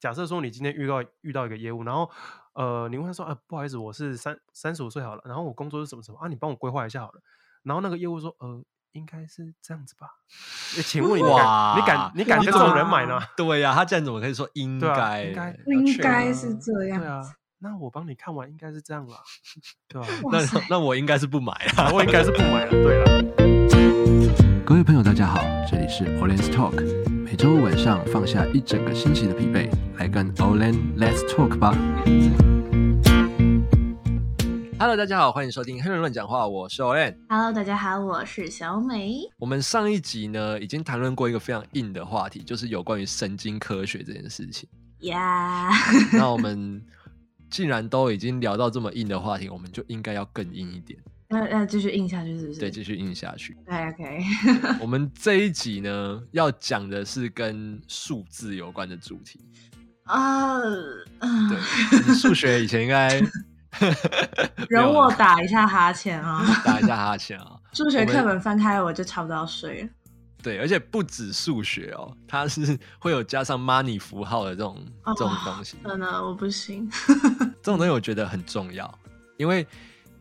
假设说你今天遇到遇到一个业务，然后呃，你问他说啊，不好意思，我是三三十五岁好了，然后我工作是什么什么啊，你帮我规划一下好了。然后那个业务说，呃，应该是这样子吧？诶请问你敢哇你敢你敢跟这种人买呢？对呀、他这样怎么可以说应对啊该？应该要应确该认是这对样啊子。，那我帮你看完应该是这样啦，对吧、 哇那塞那我应该是不买啊了。我应该是不买了，对了。各位朋友，大家好，这里是 Olen's Talk，每周五晚上放下一整个星期的疲惫，来跟 Olen Let's Talk 吧。 Hello，大家好，欢迎收听《黑人乱讲话》，我是 Olen。 Hello，大家好，我是小美。我们上一集呢已经谈论过一个非常硬的话题，就是有关于神经科学这件事 情。呀、那我们既然都已经聊到这么硬的话题，我们就应该要更硬一点， 那那继续印下去是不是？对，继续硬下去。对，OK，我们这一集呢要讲的是跟数字有关的主题。啊，对对，你数学以前应该没有容啊我打一下哈欠啊、打一下哈欠啊。数学课本翻开我就差不多要睡了。对，而且不止数学哦，它是会有加上 money 符号的这种哦这种东西。真的，我不行。这种东西我觉得很重要，因为，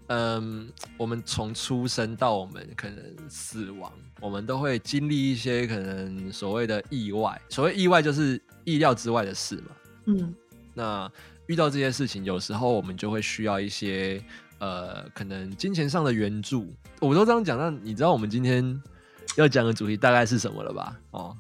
嗯，我们从出生到我们可能死亡，我们都会经历一些可能所谓的意外。所谓意外就是意料之外的事嘛。嗯，那遇到这些事情，有时候我们就会需要一些呃，可能金钱上的援助。我都这样讲，那你知道我们今天要讲的主题大概是什么了吧？哦，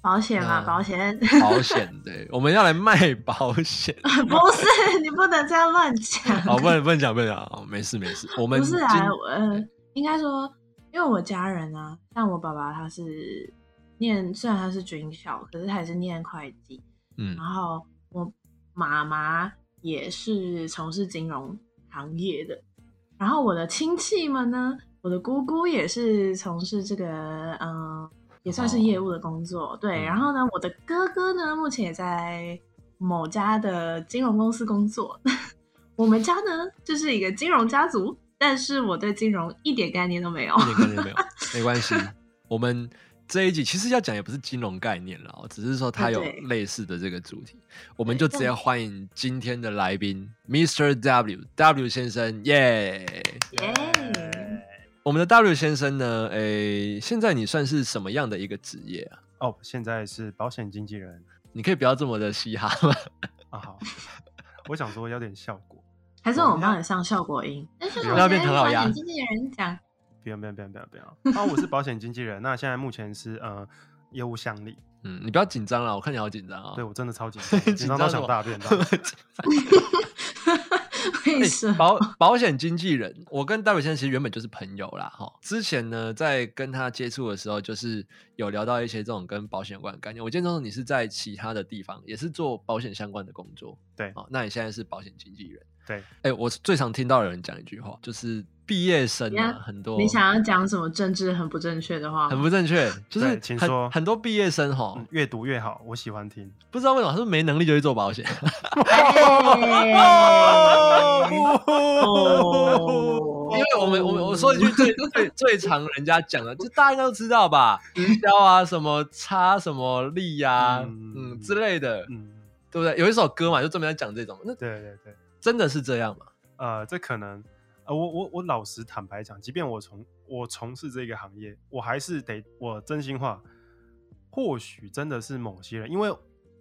保险嘛，那保险 保险，对， 我们要来卖保险。不是，你不能这样乱讲。好，不能不能讲，不能讲，哦没事没事。我们不是今啊，我呃，应该说，因为我家人啊，像我爸爸他是念，虽然他是军校，可是他也是念会计，嗯然后我妈妈也是从事金融行业的，然后我的亲戚们呢，我的姑姑也是从事这个，嗯、也算是业务的工作，对。嗯然后呢，我的哥哥呢，目前也在某家的金融公司工作。 我们家呢，就是一个金融家族，但是我对金融一点概念都没有一。点概念没有，没关系。我们这一集其实要讲也不是金融概念啦，只是说它啊有对类似的这个主题，我们对就直但接欢迎今天的来宾 Mr. W W 先生，耶、耶、我们的 W 先生呢？诶、现在你算是什么样的一个职业啊？哦，现在是保险经纪人你可以不要这么的嘻哈吗？啊，好， 我想说要点效果，还是我们帮你上效果音，但是不我要们变唐老鸭经纪人讲， 不要不要不要不要不要啊，我是保险经纪人，那现在目前是呃业务项理，嗯，你不要紧张啦，我看你好紧张啊。对我真的超 紧张的，紧张到什想么。大便为 欸啊什么？保保险经纪人，我跟戴伟先生其实原本就是朋友啦，哈。之前呢，在跟他接触的时候，就是有聊到一些这种跟保险有关的概念。我见到你是在其他的地方也是做保险相关的工作，对哦，那你现在是保险经纪人，对。哎、我最常听到有人讲一句话，就是毕业生怎啊，样很多你想要讲什么政治很不正确的话吗？很不 正确，就是对请说很很多毕业生哈，嗯，越读越好，我喜欢 听。不知道为什么他说没能力就去做保险， 哎哦哦哦因为我们我们我说一句最最最常人家讲的，就大家应该都知道吧，直销啊，什么差什么力呀、嗯嗯之类的，嗯，对不对？有一首歌嘛，就专门在讲这种，那对对对，真的是这样吗？呃，这可能，呃，我我我老实坦白讲，即便我从我从事这个行业，我还是得我真心话，或许真的是某些人，因为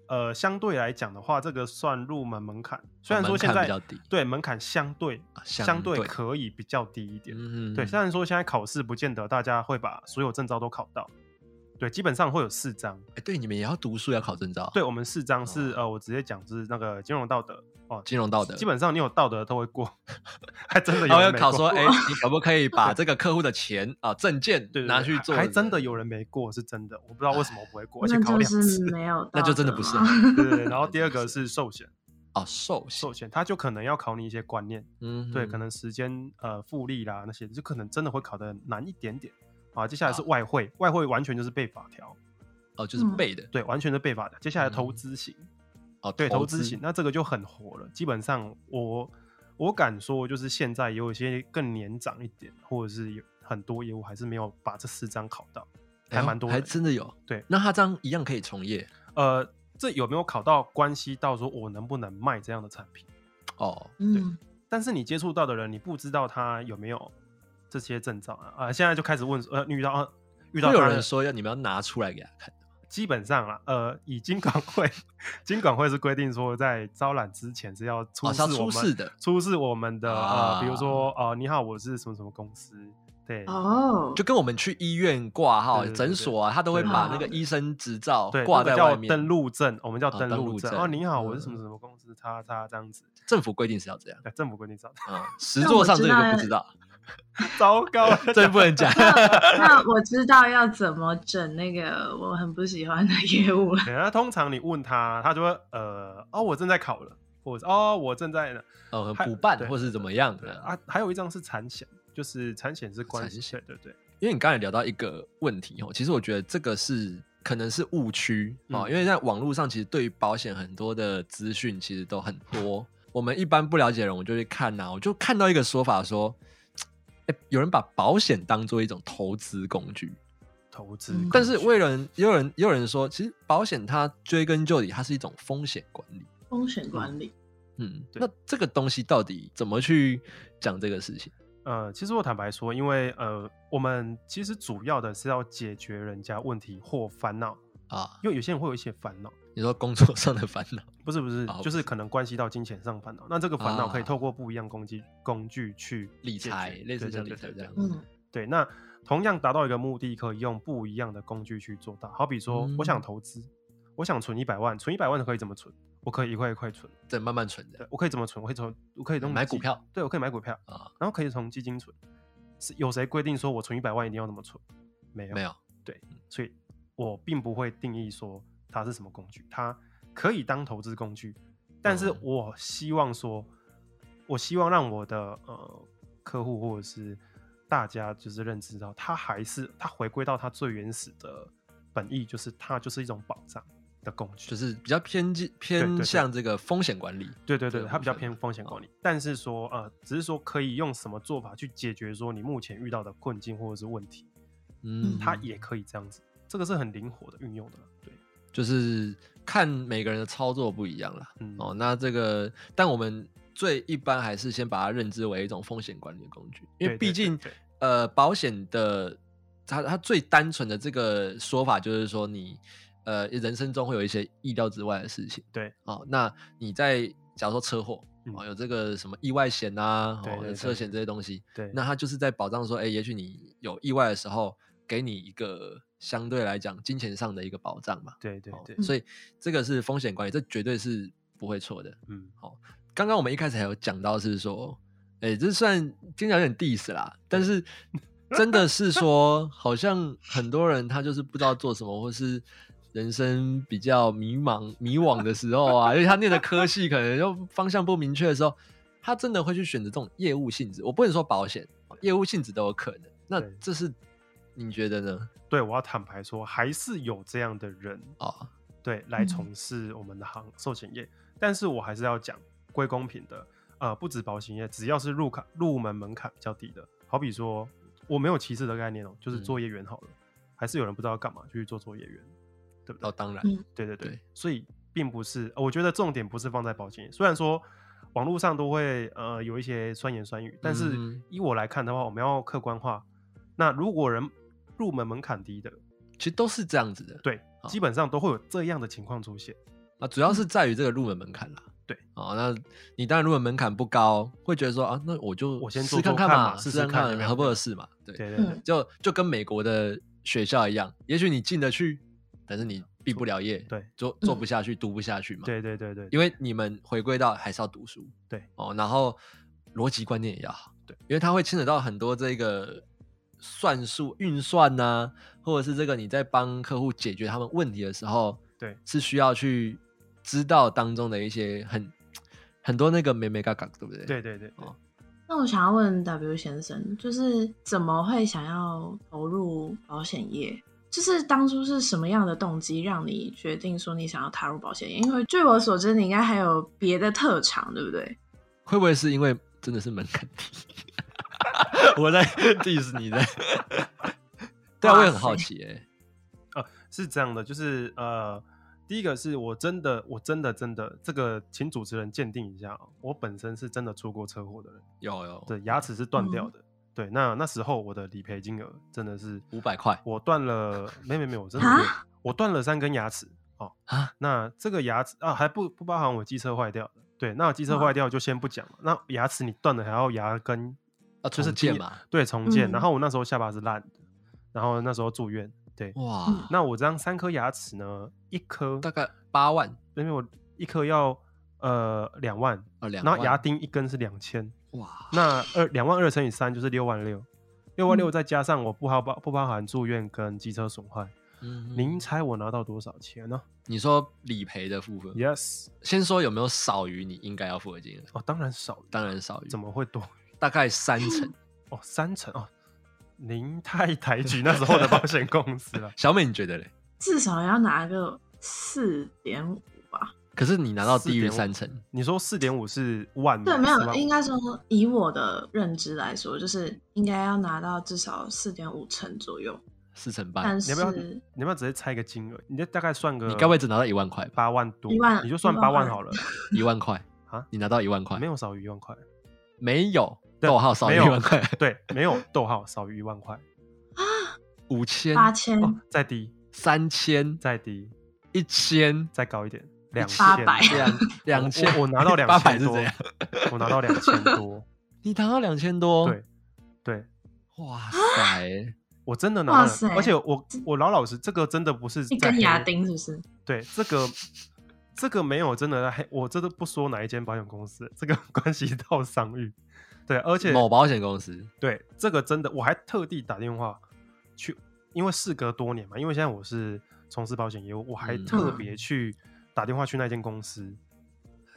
呃，相对来讲的话，这个算入门门槛，虽然说现哦门槛在比较低对门槛相对啊相相对对可以比较低一点，嗯，对，虽然说现在考试不见得大家会把所有证照都考到，对，基本上会有四张。哎对你们也要读书，要考证照，啊对，我们四张是、呃，我直接讲是那个金融道德哦，金哦融道德，基本上你有道德都会过，还真的他有会人没考过。说，哎，你可不可以把这个客户的钱啊证件对对对拿去做，还还真的有人没过，是真的，我不知道为什么我不会过，而且那考就两是次。 没有道德嘛，那就真的不是对对对，然后第二 个是寿险，哦寿险寿，险它就可能要考你一些观念，嗯对，可能能时间呃复利啦那些，就可能真的会考的难一点点。啊，接下来是外汇，外汇完全就是背法条，哦就是嗯背的对，完全是背法条。接下来投嗯资型，哦，对，投资资型，那这个就很火了。基本上我我敢说，就是现在也有一些更年长一点，或者是有很多业务还是没有把这四张考到，哎呦还蛮多还人。真的有。对那他这样一样可以从业呃，这有没有考到关系到说我能不能卖这样的产品？哦，嗯，但是你接触到的人，你不知道他有没有这些症状啊？啊、现在就开始问呃，遇到、呃、遇到会有他人的说要你们要拿出来给他看，基本上啦，呃，以金管会， 金管会是规定说，在招揽之前是要出哦示是要我出们、示的出示我们的、呃，比如啊说呃，你好，我是什么什么公司，对、哦，就跟我们去医院挂号、对对对诊所啊，他都会对把那个医生执照对，挂那个在外叫面。登录证，我们叫啊登登录录证。证哦，你好，我是什么嗯什么公司，叉叉这样子，政府规定是要这样对，政府规定上，啊、实 那作我上知这个就道不知道， 糟糕，这不能讲。那我知道要怎么整那个我很不喜欢的业务了。对那通常你问他，他就会呃，哦，我正在考了，或者是哦，我正在呢， 哦，还补办对或是怎么样对的？啊，还有一张是产险，就是产险是关产系，对险对对，因为你刚才聊到一个问题哦，其实我觉得这个是可能是误区哦，嗯因为在网络上其实对于保险很多的资讯其实都很多，我们一般不了解的人我就去看呐、我就看到一个说法说，诶有人把保险当做一种投资工具，投资嗯工具，但是为人也有人也有人说，其实保险它追根究底，它是一种风险管理。风险管理，嗯，对那这个东西到底怎么去讲这个事情？呃，其实我坦白说，因为呃，我们其实主要的是要解决人家问题或烦恼，啊，因为有些人会有一些烦恼，你说工作上的烦恼，不是不是，哦就不是可能关系到金钱上烦恼。那这个烦恼可以啊透过不一样工具工具去理解决财类似对对像对理财对这样对嗯对，那同样达到一个目的，可以用不一样的工具去做到。好比说，我想嗯投资，我想存一百万，存一百万可以怎么存？我可以一块一块存，再慢慢存的对，我可以怎么存？我可以从我可以从买基股票，对我可以买股票啊，然后可以从基金存。是有谁规定说我存一百万一定要怎么存？没有，没有所以我并不会定义说它是什么工具，它可以当投资工具，但是嗯我希望说，我希望让我的呃客户或者是大家就是认知到，它还是它回归到它最原始的本意，就是它就是一种保障的工具，就是比较偏激对偏对向这个风险管理。对对这对，个它部比较分嗯偏风险管理，但是说呃，只是说可以用什么做法去解决说你目前遇到的困境或者是问题，嗯，它也可以这样子，这个是很灵活的运用的啦，对。嗯就是看每个人的操作不一样啦。嗯哦，那这个，但我们最一般还是先把它认知为一种风险管理的工具，因为对对毕竟对对呃，保险的它它最单纯的这个说法就是说你呃人生中会有一些意料之外的事情。对，哦，那你在假如说车祸。哦，嗯有这个什么意外险啊，对哦，对有对车险这些东西，对，那他就是在保障说，哎、也许你有意外的时候，给你一个相对来讲金钱上的一个保障嘛。对对哦对，所以这个是风险管理，这绝对是不会错的。嗯，刚刚我们一开始还有讲到是说，哎、这算听起来有点 diss 啦，但是 真的是说，好像很多人他就是不知道做什么，或是。人生比较迷茫、迷惘的时候啊，因为 他念的科系可能就方向不明确的时候，他真的会去选择这种业务性质。我不能说保险，业务性质都有可能。那对这是你觉得呢？对，我要坦白说，还是有这样的人啊、对来嗯从事我们的行寿险业，但是我还是要讲归公平的，呃，不止保险业，只要是入卡入门门槛比较低的，好比说我没有歧视的概念哦，就是嗯作业员好了，还是有人不知道干嘛就去做作业员，对不对？哦，当然，嗯对对对对，所以并不是，呃我觉得重点不是放在保险业，虽然说。网络上都会呃有一些酸言酸语，但是嗯依我来看的话，我们要客观化。那如果人入门门槛低的，其实都是这样子的。对，好基本上都会有这样的情况出现。啊，主要是在于这个入门门槛啦。嗯对，哦，那你当然入门门槛不高，会觉得说啊，那我就我先做试做看看嘛嘛，试试试看有没有合不合适嘛。对，对对对，嗯就就跟美国的学校一样，也许你进得去，但是你毕不了业，对，做做不嗯下去，读不下去嘛。，对对对对，因为你们回归到还是要读书。对，哦，然后逻辑观念也要好。对，因为它会牵扯到很多这个。算术运算呐、或者是这个你在帮客户解决他们问题的时候，对是需要去知道当中的一些很很多那个美美嘎嘎，对不对？对对对对哦那我想要问 W 先生，就是怎么会想要投入保险业？就是当初是什么样的动机让你决定说你想要踏入保险业？因为据我所知，你应该还有别的特长，对不对？会不会是因为真的是门槛低？ 我在 diss 你的， 对啊，我哇也很塞好奇哎、呃，是这样的，就是呃，第一个是我真的，我真的真的，这个请主持人鉴定一下、哦，我本身是真的出过车祸的人，有有，对，牙齿是断掉的。对，那那时候我的理赔金额真的是500块我断了，没没没，我真的啊没有我断了三根牙齿哦啊。那这个牙齿啊还不不包含我机车坏掉的，对，那机车嗯哇坏掉就先不讲了。那牙齿你断了还要牙根啊，就是重建剑嘛，对重建，然嗯后我那时候下巴是烂的，然后那时候住院，对，哇嗯，那我这样三颗牙齿呢，一颗大概八万因为我一颗要呃两万，啊两然后万，牙钉一根是两千，哇，那二两万二乘以三就是六万六，六万六嗯再加上我不包包不包含住院跟机车损坏，嗯您猜我拿到多少钱呢你说理赔的部分， ？Yes，先说有没有少于你应该要付的金额？哦，当然少，当然少于，怎么会多？大概三成。。哦，三成哦，您太抬举那时候的保险公司了小美，你觉得嘞？至少要拿个四点五吧。可是你拿到低于4.5三成，你说四点五是万吗？对，没是有，吗应该说以我的认知来说，就是应该要拿到至少四点五成左右。四成半但，啊你要不要？是你要不要直接猜一个金额？你就大概算个，你该不会只拿到一万块吧？八万多一万？你就算一万八万二好了，一万块啊你拿到一万 块没，有少于一万块。没有对逗号少于没一有万块，对，没有逗号少于一万块，五千、八千哦，再低，三千、再低，一千、再高一点，两千八百两两千，我我拿到八两百千是多怎样？，我拿到两千多，你拿到两千多，对，对哇塞，我真的拿哇了塞，而且我我老老实，这个真的不是一在根牙黑，钉是不是？对，这个这个没有真的在黑，我这都不说哪一间保险公司，这个 关系到商誉，对，而且某保险公司对这个真的，我还特地打电话去，因为事隔多年嘛，因为现在我是从事保险业务，我还嗯特别去打电话去那间公司。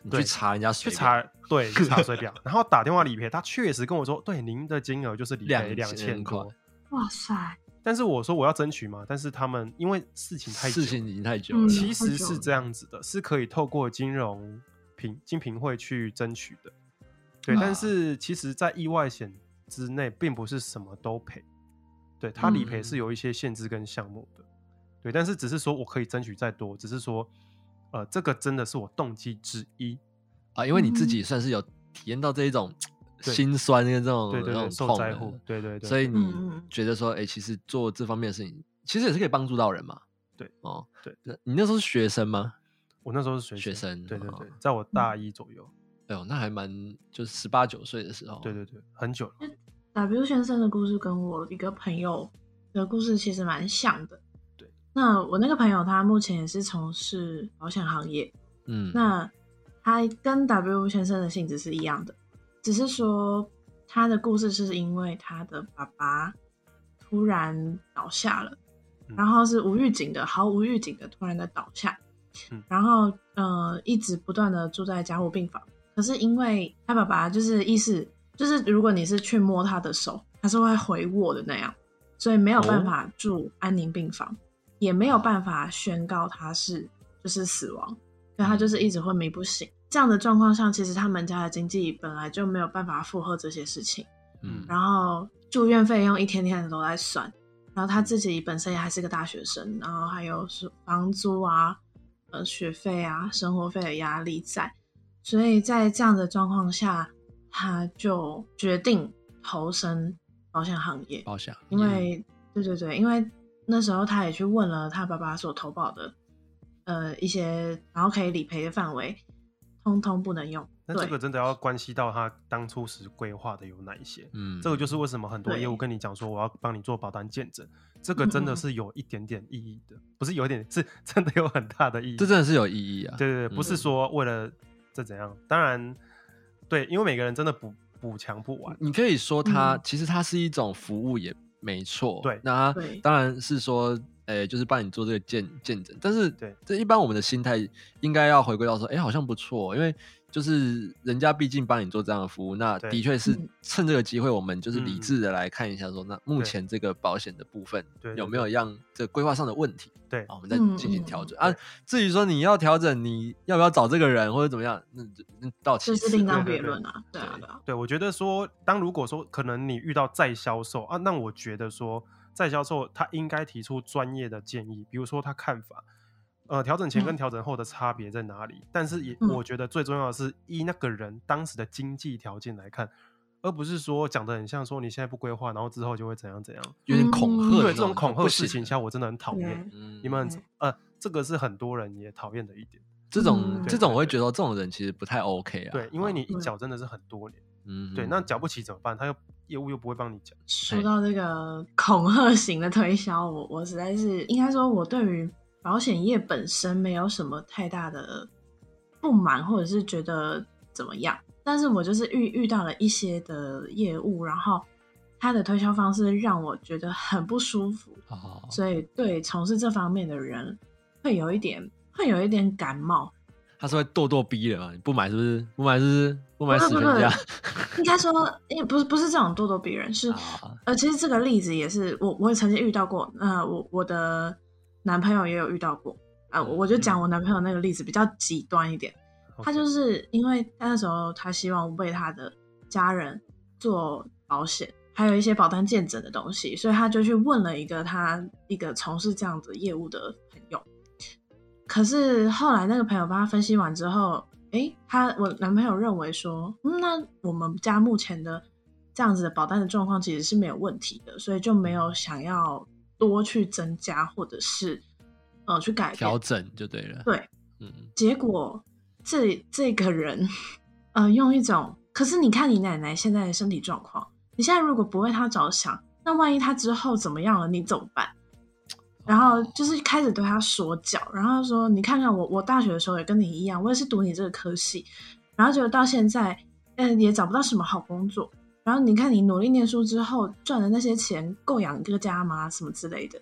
你去对查人家去水表查，对，去查水表，然后打电话理赔，他确实跟我说，对，您的金额就是理赔两2000千块多。哇塞，但是我说我要争取嘛，但是他们因为事情太久事情已经太久嗯了，其太实久是了这样子的，是可以透过金融评金评会去争取的。对，嗯啊但是其实，在意外险之内，并不是什么都赔。对，它理赔是嗯有一些限制跟项目的。对，但是只是说我可以争取再多，只是说，呃，这个真的是我动机之一。啊，因为你自嗯己算是有体验到这一种对心酸跟这种对对那对，种受哦痛灾的户，对对对，所以你嗯嗯觉得说，哎、其实做这方面的事情，其实也是可以帮助到人嘛。对，哦，对那你那时候是学生吗？我那时候是学学生对对哦对，在我大嗯一左右，哎呦，那还蛮，就是十八九岁的时候。对对对，很久了，嗯 W 先生的故事跟我一个朋友的故事其实蛮像的。对，那我那个朋友他目前也是从事保险行业，嗯，那他跟 W 先生的性质是一样的，只是说他的故事是因为他的爸爸突然倒下了，嗯然后是无预警的，毫无预警的突然的倒下，嗯然后呃一直不断的住在加护病房。可是因为他爸爸就是意识，就是如果你是去摸他的手，他是会回握的那样，所以没有哦办法住安宁病房，也没有办法宣告他是就是死亡。所以他就是一直昏迷不醒。这样的状况下，其实他们家的经济本来就没有办法负荷这些事情，嗯，然后住院费用一天天的都在算，然后他自己本身也还是个大学生，然后还有是房租啊、呃学费啊、生活费的压力在，所以在这样的状况下，他就决定投身保险行业。包厢，因为对对对，因为那时候他也去问了他爸爸所投保的呃一些，然后可以理赔的范围，通通不能用。那这对个真的要关系到他当初时规划的有哪一些。嗯，这个就是为什么很多业务对跟你讲说我要帮你做保单见证，这个真嗯嗯的嗯是有一点点意义的，不是有一点，是 真的有很大的意义。这真的是有意义啊。对对对，不嗯是说为了这怎样，当然对，因为每个人真的补补强不完。你可以说它、嗯其实它是一种服务，也没错。对那它对当然是说，诶、就是帮你做这个见见证。但是，对，这一般我们的心态应该要回归到说，哎、好像不错，因为就是人家毕竟帮你做这样的服务，那对的确是嗯趁这个机会，我们就是理嗯智的来看一下说，那目对前这个保险的部分对对有没有让这规划上的问题，对啊，我们再嗯进行嗯调整、嗯啊。至于说你要调整，你要不要找这个人或者怎么样，那就那到其这是次另了当对对别对论啊，对啊，对啊，对，我觉得说，当如果说可能你遇到再销售啊，那我觉得说再销售他应该提出专业的建议，比如说他看法，呃，调整前跟嗯调整后的差别在哪里？但是也，嗯我觉得最重要的是依那个人当时的经济条件来看，而不是说讲的很像说你现在不规划，然后之后就会怎样怎样。有点恐吓嗯对那这种恐吓啊不式行行的销，我真的很讨厌对。嗯你们对很呃，这个是很多人也讨厌的一点。这种嗯这种，对我会对觉得这种人其实不太 OK 啊。对，因为啊你一嗯缴真的是很多年，嗯对，那缴不起怎么办？他又业务又不会帮你缴。说对到这个 恐吓型的推销，我我实在是应该说，我对于保险业本身没有什么太大的不满，或者是觉得怎么样。但是我就是遇遇到了一些的业务，然后他的推销方式让我觉得很不舒服，哦，所以对从事这方面的人会有一点会有一点感冒。他是会咄咄逼人嘛？你不买是不是？不买是不是？不买不死不全不家。应该说，也不是不是这种咄咄逼 人，是啊呃，其实这个例子也是我我也曾经遇到过，呃，我我的男朋友也有遇到过，啊，我我就讲我男朋友那个例子比较极端一点，他 OK 就是因为他那时候他希望为他的家人做保险，还有一些保单见诊的东西，所以他就去问了一个他一个从事这样子业务的朋友。可是后来那个朋友帮他分析完之后，诶，他我男朋友认为说，嗯，那我们家目前的这样子的保单的状况其实是没有问题的，所以就没有想要多去增加或者是呃去改变调。整就对了。对，嗯，结果这这个人，呃，用一种，可是你看你奶奶现在的身体状况，你现在如果不为她着想，那万一她之后怎么样了，你怎么办？然后就是开始对她说教，然后说你看看我，我大学的时候也跟你一样，我也是读你这个科系，然后结果到现在，嗯、也找不到什么好工作。然后你看，你努力念书之后赚的那些钱够养一个家吗？什么之类的，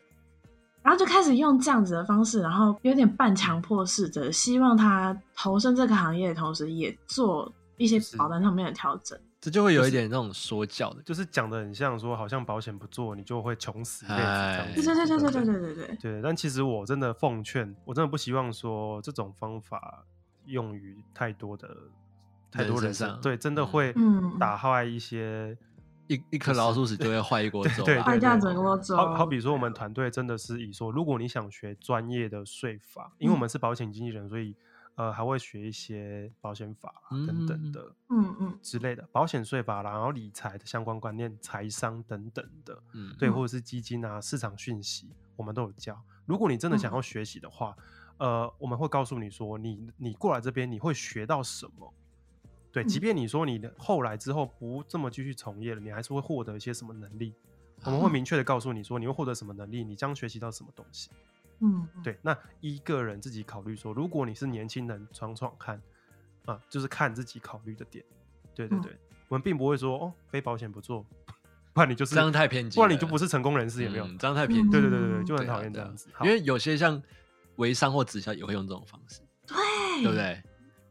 然后就开始用这样子的方式，然后有点半强迫式的，希望他投身这个行业的同时，也做一些就是保单上面的调整。这就会有一点那种说教的，就是讲的很像说，好像保险不做你就会穷死一辈子这样哎子对对对对对对对对对对，对，但其实我真的奉劝，我真的不希望说这种方法用于太多的太多人人身身上对，真的嗯会嗯打坏一些。一一颗 老鼠屎就会坏一锅粥对对啦。坏对掉整个窝州。好好比说，我们团队真的是以说，如果你想学专业的税法，因为我嗯们是保险经纪人，所以呃还会学一些保险法啊等嗯等的嗯嗯，之类的，保险税法啦，然后理财的相关观念、财商等等的。嗯，对，嗯或者是基金啊、市场讯息，我们都有教。如果你真的想要学习的话，呃，我们会告诉你说，你你过来这边你会学到什么。对，即嗯便你说你的后来之后不这么继续从业了，你还是会获得一些什么能力。我们会明确的告诉你说，你会获得什么能力，你将学习到什么东西。嗯，嗯，对，那一个人自己考虑说，如果你是年轻人，闯闯看，啊，就是看自己考虑的点。对对嗯对，我们并不会说哦，非保险不做，不然你就是这样太偏激不了，然你就不是成功人士，有没有？嗯这样太偏激对了，对对对，对嗯就很对啊讨厌这对啊样子。好因为有些像微商或直销也会用这种方式，对对不？对？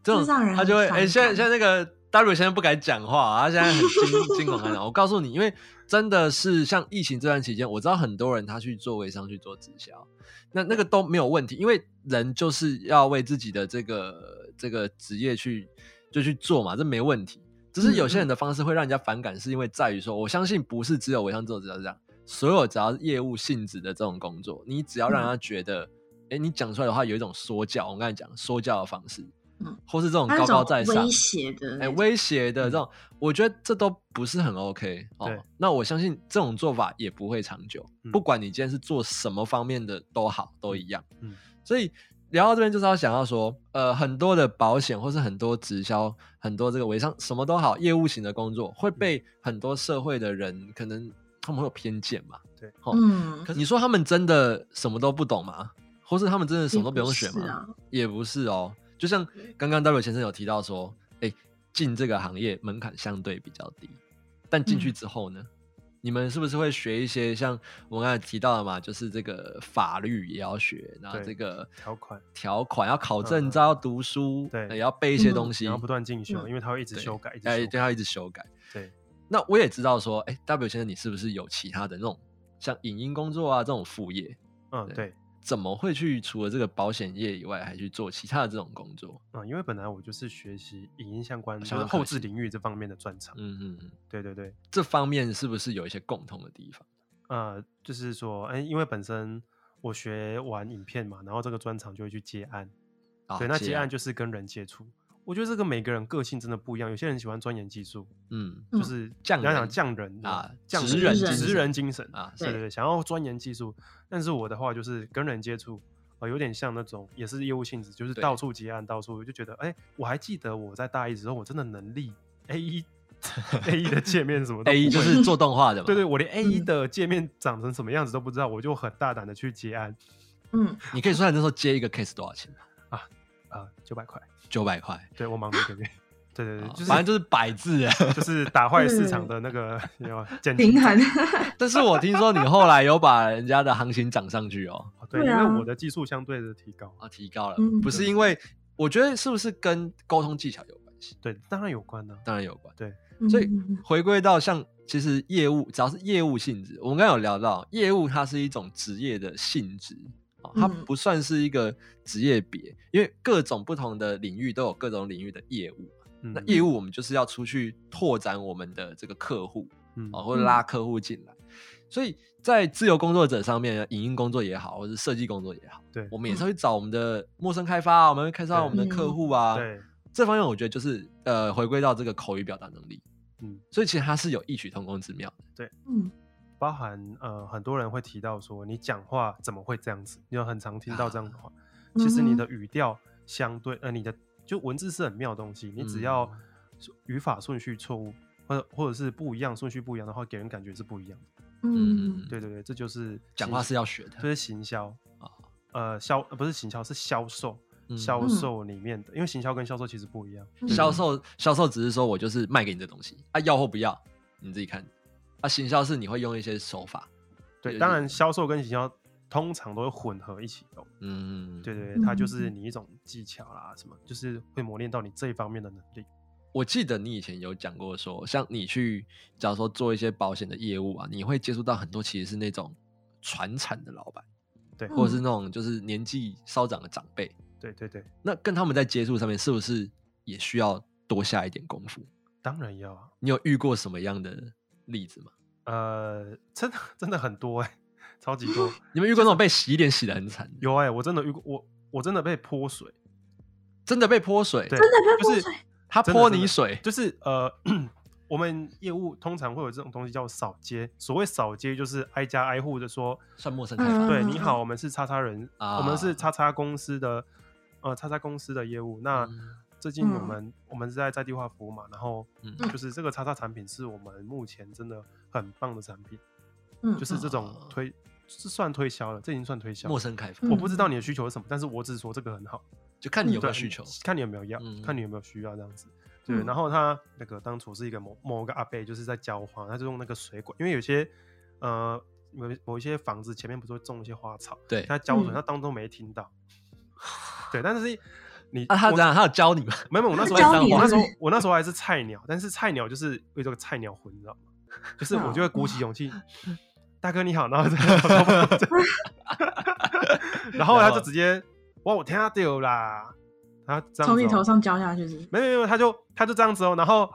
这种让人他就会很哎，反现在感现在那个 W 现在不敢讲话，啊他现在很惊惊 恐干扰。我告诉你，因为真的是像疫情这段期间，我知道很多人他去做微商去做直销，那那个都没有问题，因为人就是要为自己的这个这个职业去就去做嘛，这没问题。只是有些人的方式会让人家反感，是因为在于说，我相信不是只有微商做直销这样，所有只要业务性质的这种工作，你只要让嗯他觉得，哎、你讲出来的话有一种说教，我们刚才讲说教的方式，嗯或是这种还有高一高种在上威胁的嗯那哎、种，威胁的这种，我觉得这都不是很 OK 哦对。那我相信这种做法也不会长久，嗯不管你今天是做什么方面的都好，都一样。嗯所以聊到这边就是要想要说，呃，很多的保险或是很多直销、很多这个微商，什么都好，业务型的工作会嗯被很多社会的人可能他们会有偏见嘛。嗯，可是你说他们真的什么都不懂吗？或是他们真的什么都不用学也不吗？是啊也不是哦，就像刚刚 W 先生有提到说，哎，进这个行业门槛相对比较低，但进嗯去之后呢，你们是不是会学一些像我们刚才提到的嘛，就是这个法律也要学，然后对这个条款条款要考证嗯照、要读书，对也要背一些嗯东西，你要不断进修，嗯因为它会一直对修改，一直哎，修对，改。要一直修改。对，那我也知道说，哎，W 先生，你是不是有其他的那种像影音工作啊这种副业？嗯对对，怎么会去除了这个保险业以外，还去做其他的这种工作？嗯，因为本来我就是学习影音相关，就相是关科后置系领域这方面的专长。嗯嗯，嗯，对对对，这方面是不是有一些共同的地方？呃，就是说，哎，因为本身我学完影片嘛，然后这个专长就会去接案，啊对，那这接样案就是跟人接触。我觉得这个每个人个性真的不一样，有些人喜欢钻研技术，嗯嗯就是匠你要讲人匠人啊匠职人精职神人精神啊对对对对，想要钻研技术。但是我的话就是跟人接触，呃，有点像那种也是业务性质，就是对到处接案，到处我就觉得，哎，我还记得我在大一的时候，我真的能力 A 一 A 一的界面什么都，A 一不就会是做动画的嘛， 对对，，我连 A 一嗯的界面长成什么样子都不知道，我就很大胆的去接案嗯，你可以算那时候接一个 case 多少钱吗？啊，九百块，九百块，对我忙了一个月，对对对，啊就是反正就是百字啊。就是打坏市场的那个有没有减平衡。 但是我听说你后来有把人家的行情涨上去哦，哦对，因对为啊我的技术相对的提高，啊，提高了，嗯不是因为我觉得是不是跟沟通技巧有关系？对，当然有关啊呢、当然有关。嗯所所以嗯回归到像其实业务，只要是业务性质，我们刚刚有聊到，业务它是一种职业的性质。哦它嗯不算是一个职业别，因为各种不同的领域都有各种领域的业务。嗯，那业务我们就是要出去拓展我们的这个客户，嗯哦，或者拉客户进来。所以在自由工作者上面，影音工作也好，或是设计工作也好，对我们也是会找我们的陌生开发啊，我们会开发我们的客户啊。对，这方面我觉得就是呃，回归到这个口语表达能力，嗯，所以其实它是有异曲同工之妙的。嗯包含呃很多人会提到说你讲话怎么会这样子，你有很常听到这样的啊话，其实嗯你的语调相对呃你的就文字是很妙的东西，你只要嗯语法顺序错误。或者或者是不一样顺序不一样的话，给人感觉是不一样的。嗯，对对对，这就是讲话行是要学的就是行销啊呃销呃不是行销是销售，嗯销嗯售里面的，因为行销跟销售其实不一样。嗯销售销售只是说我就是卖给你这东西啊，要或不要你自己看。啊，行销是你会用一些手法，对，对当对然销售跟行销通常都会混合一起用。嗯，对对嗯对，它就是你一种技巧啦，什么就是会磨练到你这一方面的能力。我记得你以前有讲过说，像你去，假如说做一些保险的业务啊，你会接触到很多其实是那种传产的老板，对嗯或者是那种就是年纪稍长的长辈，对对对，那跟他们在接触上面是不是也需要多下一点功夫？当然要啊。你有遇过什么样的例子吗？呃，真的真的很多哎、超级 多。你们遇过那种被洗脸洗的很惨的，有哎、我真的遇过，我我真的被泼水。真的被泼水，对，真的被泼就是水他真的泼真你的水，就是呃， 我们业务通常会有这种东西叫扫街。所谓扫街，就是挨家挨户的说，算陌生开发，对，嗯你好，我们是叉叉人，我们啊是叉叉公司的，呃，叉叉公司的业务。那嗯最近我嗯们、我们是在在地化服务嘛，然后嗯就是这个叉叉产品是我们目前真的很棒的产品，嗯，就是这种嗯推是算推销了，这已经算推销了。陌生开嗯发，我不知道你的需求是什么，但是我只是说这个很好，就看你有嗯没对有需求，看你有没有要，嗯看你有没有需要这样子。对，嗯然后他那个当初是一个某某个阿伯，就是在浇花，他就用那个水管，因为有些呃某某一些房子前面不是会种一些花草，对。他浇水，嗯他当中没听到。对，但是你啊，他我怎样？他有教你吗？没有，没有我那时候教还你我啊那时候是不我那时候还是菜鸟，但是菜鸟就是有这个菜鸟魂，你知道吗？就是我就会鼓起勇气，嗯大哥你好， 然后这 然后他就直接哇，我听他丢啦，他这样子哦从你头上浇下去是 不是？没有没有，他就他就这样子哦，然后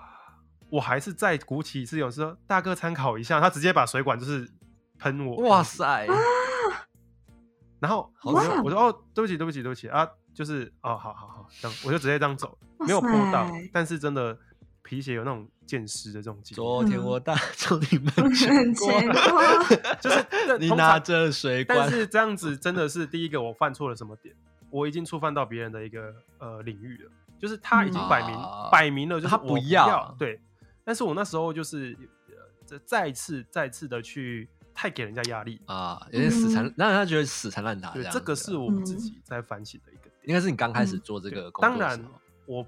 我还是再鼓起一次勇气说，大哥参考一下，他直接把水管就是喷我，哇塞！啊然后好我就惨我说哦，对不起，对不起，对不起啊，就是哦，好好好，这样我就直接这样走，哇没有碰到塞，但是真的皮鞋有那种溅湿的这种经昨验，嗯天我打从你们很全 结国，果， 就是但你通拿常着水但管， 是这样子真的是第一个，我犯错了什么点？我已经触犯到别人的一个呃领域了，就是他已经嗯摆明、啊摆明了，就是他我不不要啊对。但是我那时候就是呃再再次再次的去太给人家压力，啊，有点死缠，让人家觉得死缠烂打这对，样子。啊这个是我嗯自己在反省的一个点。应该是你刚开始做这对个工当作的然时候我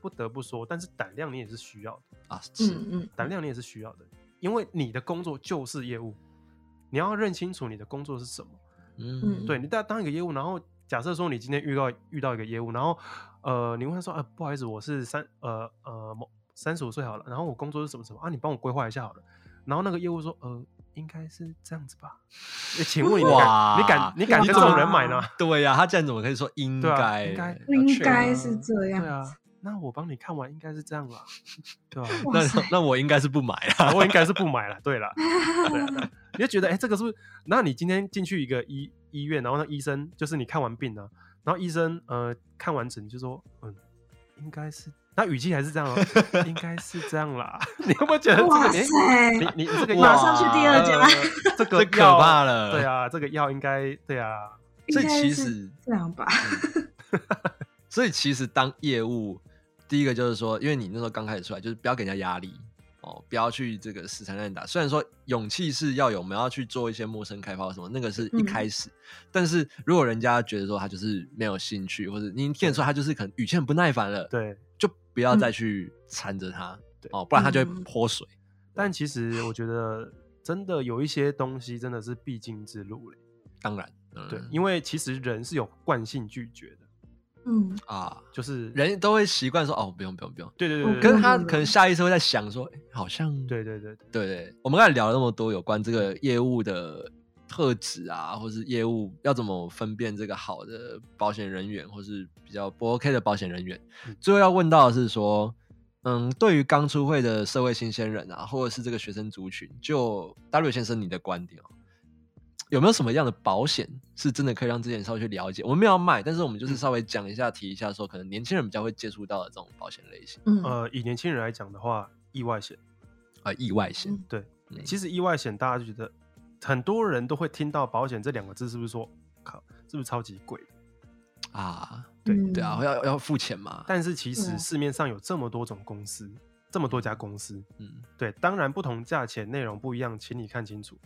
不得不说，但是胆量你也是需要的，啊，是嗯嗯，胆量你也是需要的，因为你的工作就是业务，你要认清楚你的工作是什么。嗯，嗯对你当当一个业务，然后假设说你今天遇到遇到一个业务，然后呃，你问他说啊，不好意思，我是三呃呃某三十五岁好了，然后我工作是什么什么啊，你帮我规划一下好了。然后那个业务说呃，应该是这样子吧？诶请问你哇敢你敢你敢哇跟这种人买呢？对呀，他这样怎么可以说应对啊该？应该要应确该认是这对样，啊，那我帮你看完应该是这样 啦，对吧、哇塞 那那我应该是不买啊 啊。我应该是不买了。对了，对啊，对啊你就觉得哎、诶这个是不是？那你今天进去一个医医院，然后那医生就是你看完病了、然后医生呃看完诊就说，嗯，应该是，那语气还是这样、哦，应该是这样 啦。你有没有觉得这哇个你塞，你你你这个马药上去第二家呃，这个这可药怕了对啊，这个药应该对啊，所以应该其是 实嗯这 样吧？所以其实当业务，第一个就是说，因为你那时候刚开始出来，就是不要给人家压力哦，不要去这个死缠烂打。虽然说勇气是要有，我们要去做一些陌生开发什么，那个是一嗯开始。但是如果人家觉得说他就是没有兴趣，或者你听得出他就是可能语气很不耐烦了，，对。就不要再去缠着他、对哦，不然他就会嗯泼水。但其实我觉得，真的有一些东西真的是必经之路嘞。当然，嗯、对，因为其实人是有惯性拒绝的，嗯，啊，就是人都会习惯说哦，不用不用不用。对对我对对，可是对他嗯可能下意识会在想说，诶好像对对对对对对，我们刚才聊了那么多有关这个业务的特质啊，或是业务要怎么分辨这个好的保险人员，或是比较不 OK 的保险人员嗯。最后要问到的是说，嗯，对于刚出会的社会新鲜人啊，或者是这个学生族群，就 W 先生你的观点哦，有没有什么样的保险是真的可以让这些人稍微去了解？我们没有要卖，但是我嗯们就是稍微讲一下、提一下说，可能年轻人比较会接触到的这种保险类型嗯，呃，以年轻人来讲的话，意外险，啊、意外险。嗯对嗯，其实意外险大家就觉得很多人都会听到保险这两个字，是不是说靠，是不是超级贵？啊，嗯对啊，，要要付钱嘛。但是其嗯对啊实市面上有这么多种公司，这么多家公司，嗯，对，当然不同价钱内容不一样，请你看清楚，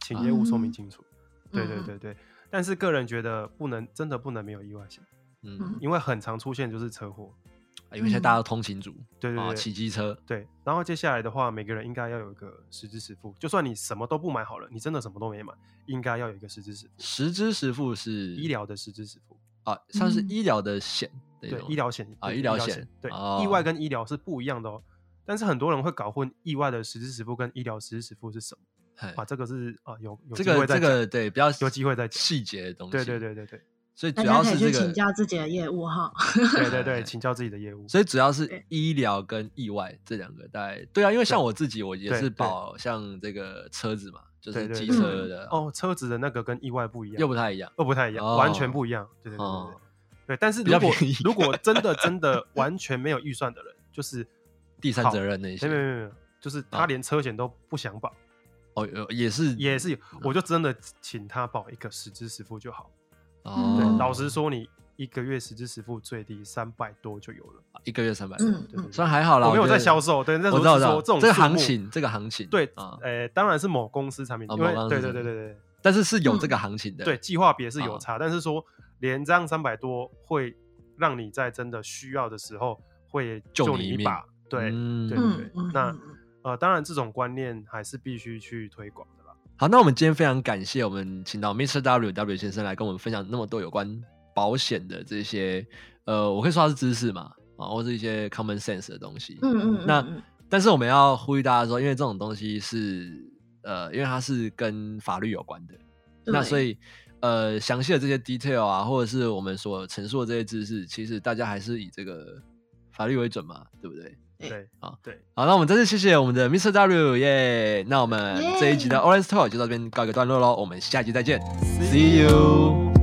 请业务说哦明嗯清楚。对对嗯对对，但是个人觉得不能，真的不能没有意外险，嗯，啊因为很常出现就是车祸。因为现在大家都通勤族，嗯对对啊，对骑机车，对，然后接下来的话，每个人应该要有一个实支实付，就算你什么都不买好了，你真的什么都没买，应该要有一个实支实付，实支实付是医疗的实支实付，啊，算是嗯医疗的险的一对种，医疗险啊对医医疗疗险险，对，哦意外跟医疗是不一样的哦。但是很多人会搞混意外的实支实付跟医疗实支实付是什么嘿啊？这个是啊，有有这机会个再这讲个对，比较有机会再讲细节的东西，对对对对 对，所以大主家要可以是这去个哎请教自己的业务哈。对对 对，请教自己的业务。所以主要是对医疗跟意外这两个，大概对啊，因为像我自己，我也对是对保像这个车子嘛，就是对对机对车嗯的，哦，车子的那个跟意外不一样，又不太一样，又不太一样，哦完全不一样。对对对对对哦，对。但是比较如果便宜如果真的真 的完全没有预算的人，就是第三好责任没那有没些，有没有，啊就是他连车险都不想保，哦，有也是也是有，我就真的请他保一个实支实付就好。哦，对嗯，老实说，你一个月实支实付最低三百多就有了，一个月三百，对嗯对嗯对算还好啦，我没有觉得在销售对那时候我知道，我是知道说这种这个数目行情，这个行情，对啊，，呃，当然是某公司产品，哦因某为公司对对产品对对对但是是有这个行情的，嗯对，计划别是有啊差，但是说连这样三百多会让你在真的需要的时候会救救你你一命把，对，嗯对对嗯对，嗯，那嗯嗯呃，当然这种观念还是必须去推广的啦。好，那我们今天非常感谢我们请到 Mr. W W 先生来跟我们分享那么多有关保险的这些，呃，我可以说它是知识嘛，啊，或是一些 common sense 的东西，嗯嗯嗯，那嗯但是我们要呼吁大家说，因为这种东西是，呃，因为它是跟法律有关的，那对所以呃，详细的这些 detail 啊，或者是我们所陈述的这些知识，其实大家还是以这个法律为准嘛，对不对？对对，好，那我们再次谢谢我们的 Mr. W 耶、那我们这一集的 Orange Talk 就到这边告一个段落喽，我们下集再见，See you。